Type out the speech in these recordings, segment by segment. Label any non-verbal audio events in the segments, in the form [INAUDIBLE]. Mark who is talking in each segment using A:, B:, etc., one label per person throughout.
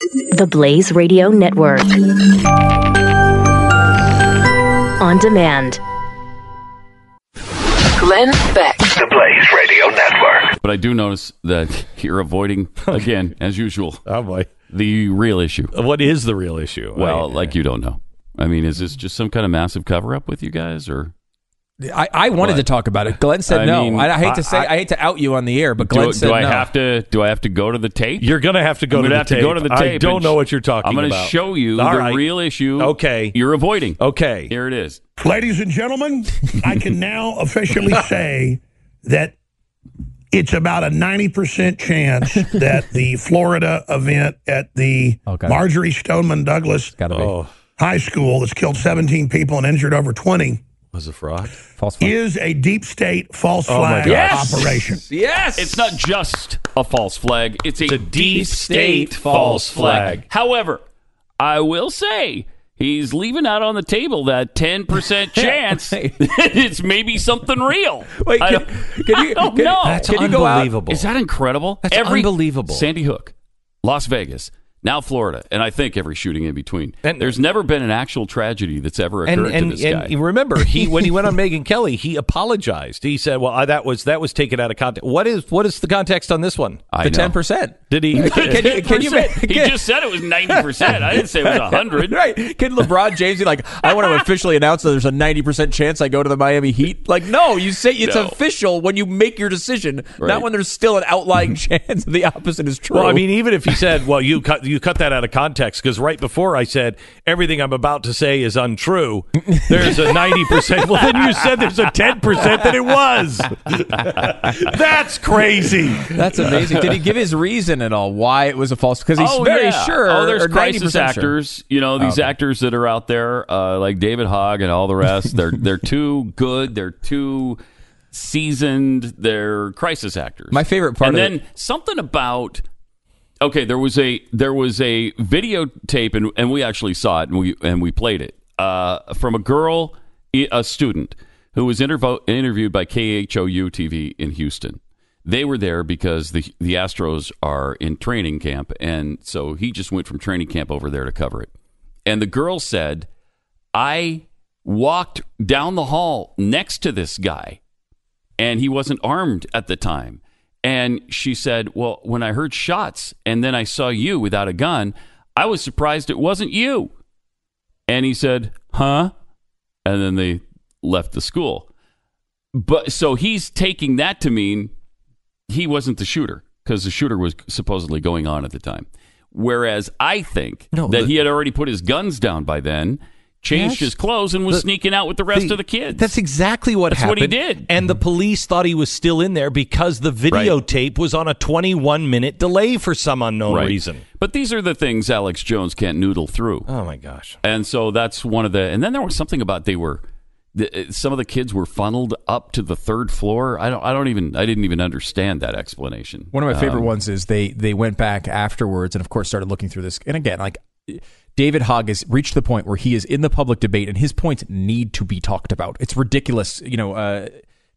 A: The Blaze Radio Network. On demand.
B: Glenn Beck.
C: The Blaze Radio Network.
D: But I do notice that [LAUGHS] you're avoiding, again, as usual,
E: Oh boy.
D: the real issue.
E: What is the real issue?
D: Well,
E: I,
D: like you don't know. I mean, is this just some kind of massive cover up with you guys, or
F: I, I wanted to talk about it. Glenn said
D: I
F: no.
D: mean,
F: I, I hate to say,
E: I-
F: I, hate to out you on the air, but Glenn
D: do,
F: said
D: do I
F: no.
D: have to? Do I have to go to the tape?
E: you're gonna have to go
D: I'm
E: to
D: gonna
E: the
D: have
E: tape.
D: to go to the tape.
E: I don't
D: and
E: know
D: sh-
E: what you're talking
D: I'm gonna
E: about.
D: show you
E: All
D: the
E: right.
D: real issue.
E: Okay.
D: you're avoiding.
E: Okay.
D: Here it is.
G: Ladies and gentlemen, I can now
C: [LAUGHS]
G: officially say that it's about a 90% chance that the Florida event at the
F: Okay.
G: Marjorie Stoneman Douglas
F: Gotta be
E: Oh,
G: High School that's killed 17 people and injured over 20
E: was a fraud.
F: false. flag.
G: is a deep state false
E: Oh
G: flag
E: my gosh.
D: Yes!
G: operation.
F: Yes,
D: It's not just a false flag. It's a,
E: a
D: deep,
E: deep
D: state,
E: state
D: false
E: false
D: flag.
E: flag.
D: However, I will say he's leaving out on the table that 10% chance [LAUGHS] that it's maybe something real.
F: Wait,
D: I
F: can,
D: don't-
F: can
D: [LAUGHS]
F: you?
D: I don't
F: can,
D: know.
F: Can
D: That's
F: you go out?
E: unbelievable.
D: Is that incredible?
F: That's unbelievable.
D: Sandy Hook, Las Vegas, now Florida, and I think every shooting in between.
E: And-
D: There's never been an actual tragedy that's ever occurred
E: And [LAUGHS] and,
D: to this guy.
E: and [LAUGHS] you remember he when he
D: [LAUGHS]
E: went on Megan Kelly, he apologized. He said, "Well, I, that was that was taken out of context. What is what is the context on this one?
D: I
F: The
D: know.
F: ten percent.
E: Did he?
F: Can you? Can you?
D: [LAUGHS] he just said it was 90%. I didn't say it was 100.
F: [LAUGHS] Right? Can LeBron James be like,
D: [LAUGHS]
F: I want to officially announce that there's a 90% chance I go to the Miami Heat? Like, no, you say it's
D: No.
F: official when you make your decision,
D: Right.
F: not when there's still an
D: [LAUGHS]
F: outlying chance the opposite is
E: [LAUGHS]
F: true.
E: Well, I mean, even if he said, "Well, you cut you cut that out of context," because right before I said everything I'm about to say is untrue. There's a ninety percent. Well, then you said there's a ten percent that
D: [LAUGHS]
E: it was. That's crazy.
F: that's amazing. Did he give his reason at all why it was a false? Because he's very
D: yeah.
F: sure.
D: Oh, there's
F: or 90%
D: crisis
F: sure.
D: actors. You know these
F: okay.
D: actors that are out there, uh, like David Hogg and all the rest. they're they're too good. They're too seasoned. They're crisis actors.
F: My favorite part
D: And
F: of
D: then something about okay. There was a there was a videotape, and and we actually saw it, and we and we played it uh, from a girl, i- a student who was intervo- interviewed by KHOU TV in Houston they were there because the the Astros are in training camp, and so he just went from training camp over there to cover it. And the girl said, "I walked down the hall next to this guy, and he wasn't armed at the time." And she said, "Well, when I heard shots, and then I saw you without a gun, I was surprised it wasn't you." And he said, "Huh?" And then they left the school. But so he's taking that to mean he wasn't the shooter because the shooter was supposedly going on at the time. Whereas I think
E: No,
D: that
E: the-
D: he had already put his guns down by then, changed
E: Yes.
D: his clothes, and was
E: The-
D: sneaking out with the rest of the kids.
E: That's exactly what
D: That's what
E: happened.
D: he did.
E: And the police thought he was still in there because the videotape was on a 21 minute delay for some unknown
D: Right.
E: reason.
D: But these are the things Alex Jones can't noodle through.
E: Oh my gosh.
D: And so that's one of the. And then there was something about they were. The, uh, some of the kids were funneled up to the third floor. I don't. I don't even. I didn't even understand that explanation.
F: One of my favorite
D: Um,
F: ones is they they went back afterwards and of course started looking through this. And again, like David Hogg has reached the point where he is in the public debate and his points need to be talked about. It's ridiculous, you know, uh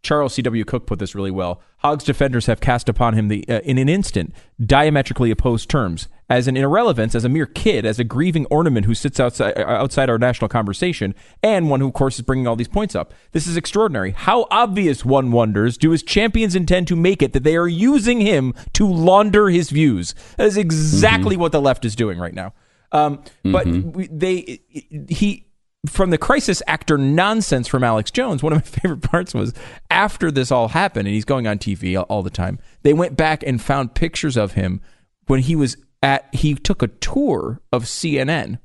F: Charles C.W. Cook put this really well. Hogg's defenders have cast upon him the, uh, in an instant diametrically opposed terms as an irrelevance, as a mere kid, as a grieving ornament who sits outside, uh, outside our national conversation, and one who, of course, is bringing all these points up. This is extraordinary. How obvious, one wonders, do his champions intend to make it that they are using him to launder his views? That is exactly what the left is doing right now. Um, But
E: Mm-hmm.
F: we, they, he, from the crisis actor nonsense from Alex Jones, one of my [LAUGHS] favorite parts was after this all happened, and he's going on TV all- all the time. They went back and found pictures of him when he was at. He took a tour of CNN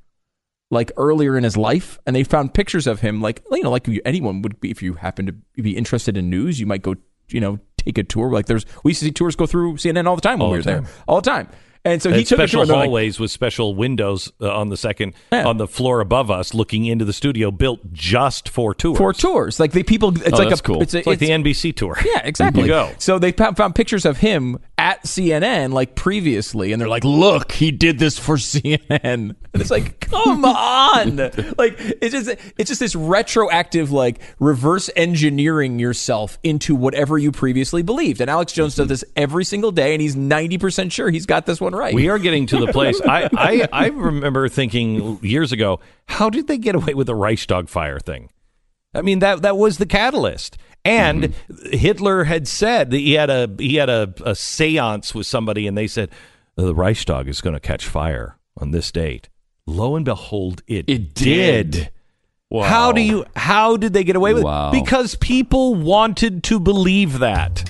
F: like earlier in his life, and they found pictures of him, like you know, like you- anyone would be if you happen to be interested in news, you might go, you know, take a tour. Like there's we used to see tours go through CNN all the time when
E: All
F: we
E: the
F: were
E: time.
F: there, all the time. And so
E: And
F: he took a tour.
E: special
F: and they're like,
E: hallways with special windows uh, on the second
F: Yeah.
E: on the floor above us, looking into the studio, built just for tours.
F: for tours, like the people, it's
D: Oh,
F: like
D: that's
F: a
D: cool.
F: It's, a,
E: It's like
F: it's-
E: the NBC tour.
F: Yeah, exactly.
E: You go.
F: So they found, found pictures of him at CNN like previously, and they're like, "Look, he did this for [LAUGHS] CNN," and it's like, "Come on!" Like it's just it's just this retroactive like reverse engineering yourself into whatever you previously believed. And Alex Jones does this every single day, and he's ninety percent sure he's got this one right.
E: We are getting to the place.
D: [LAUGHS]
E: I, I, I remember thinking years ago, how did they get away with the Reichstag fire thing? I mean that that was the catalyst. And
D: Mm-hmm.
E: Hitler had said that he had a he had a, a séance with somebody, and they said "Oh, the Reichstag is going to catch fire on this date. Lo and behold, it
D: It
E: did.
D: did. Wow.
E: How do you? How did they get away with
D: Wow.
E: it? Because people wanted to believe that.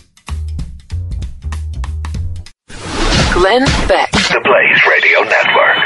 B: Glenn Beck.
C: The Blaze Radio Network.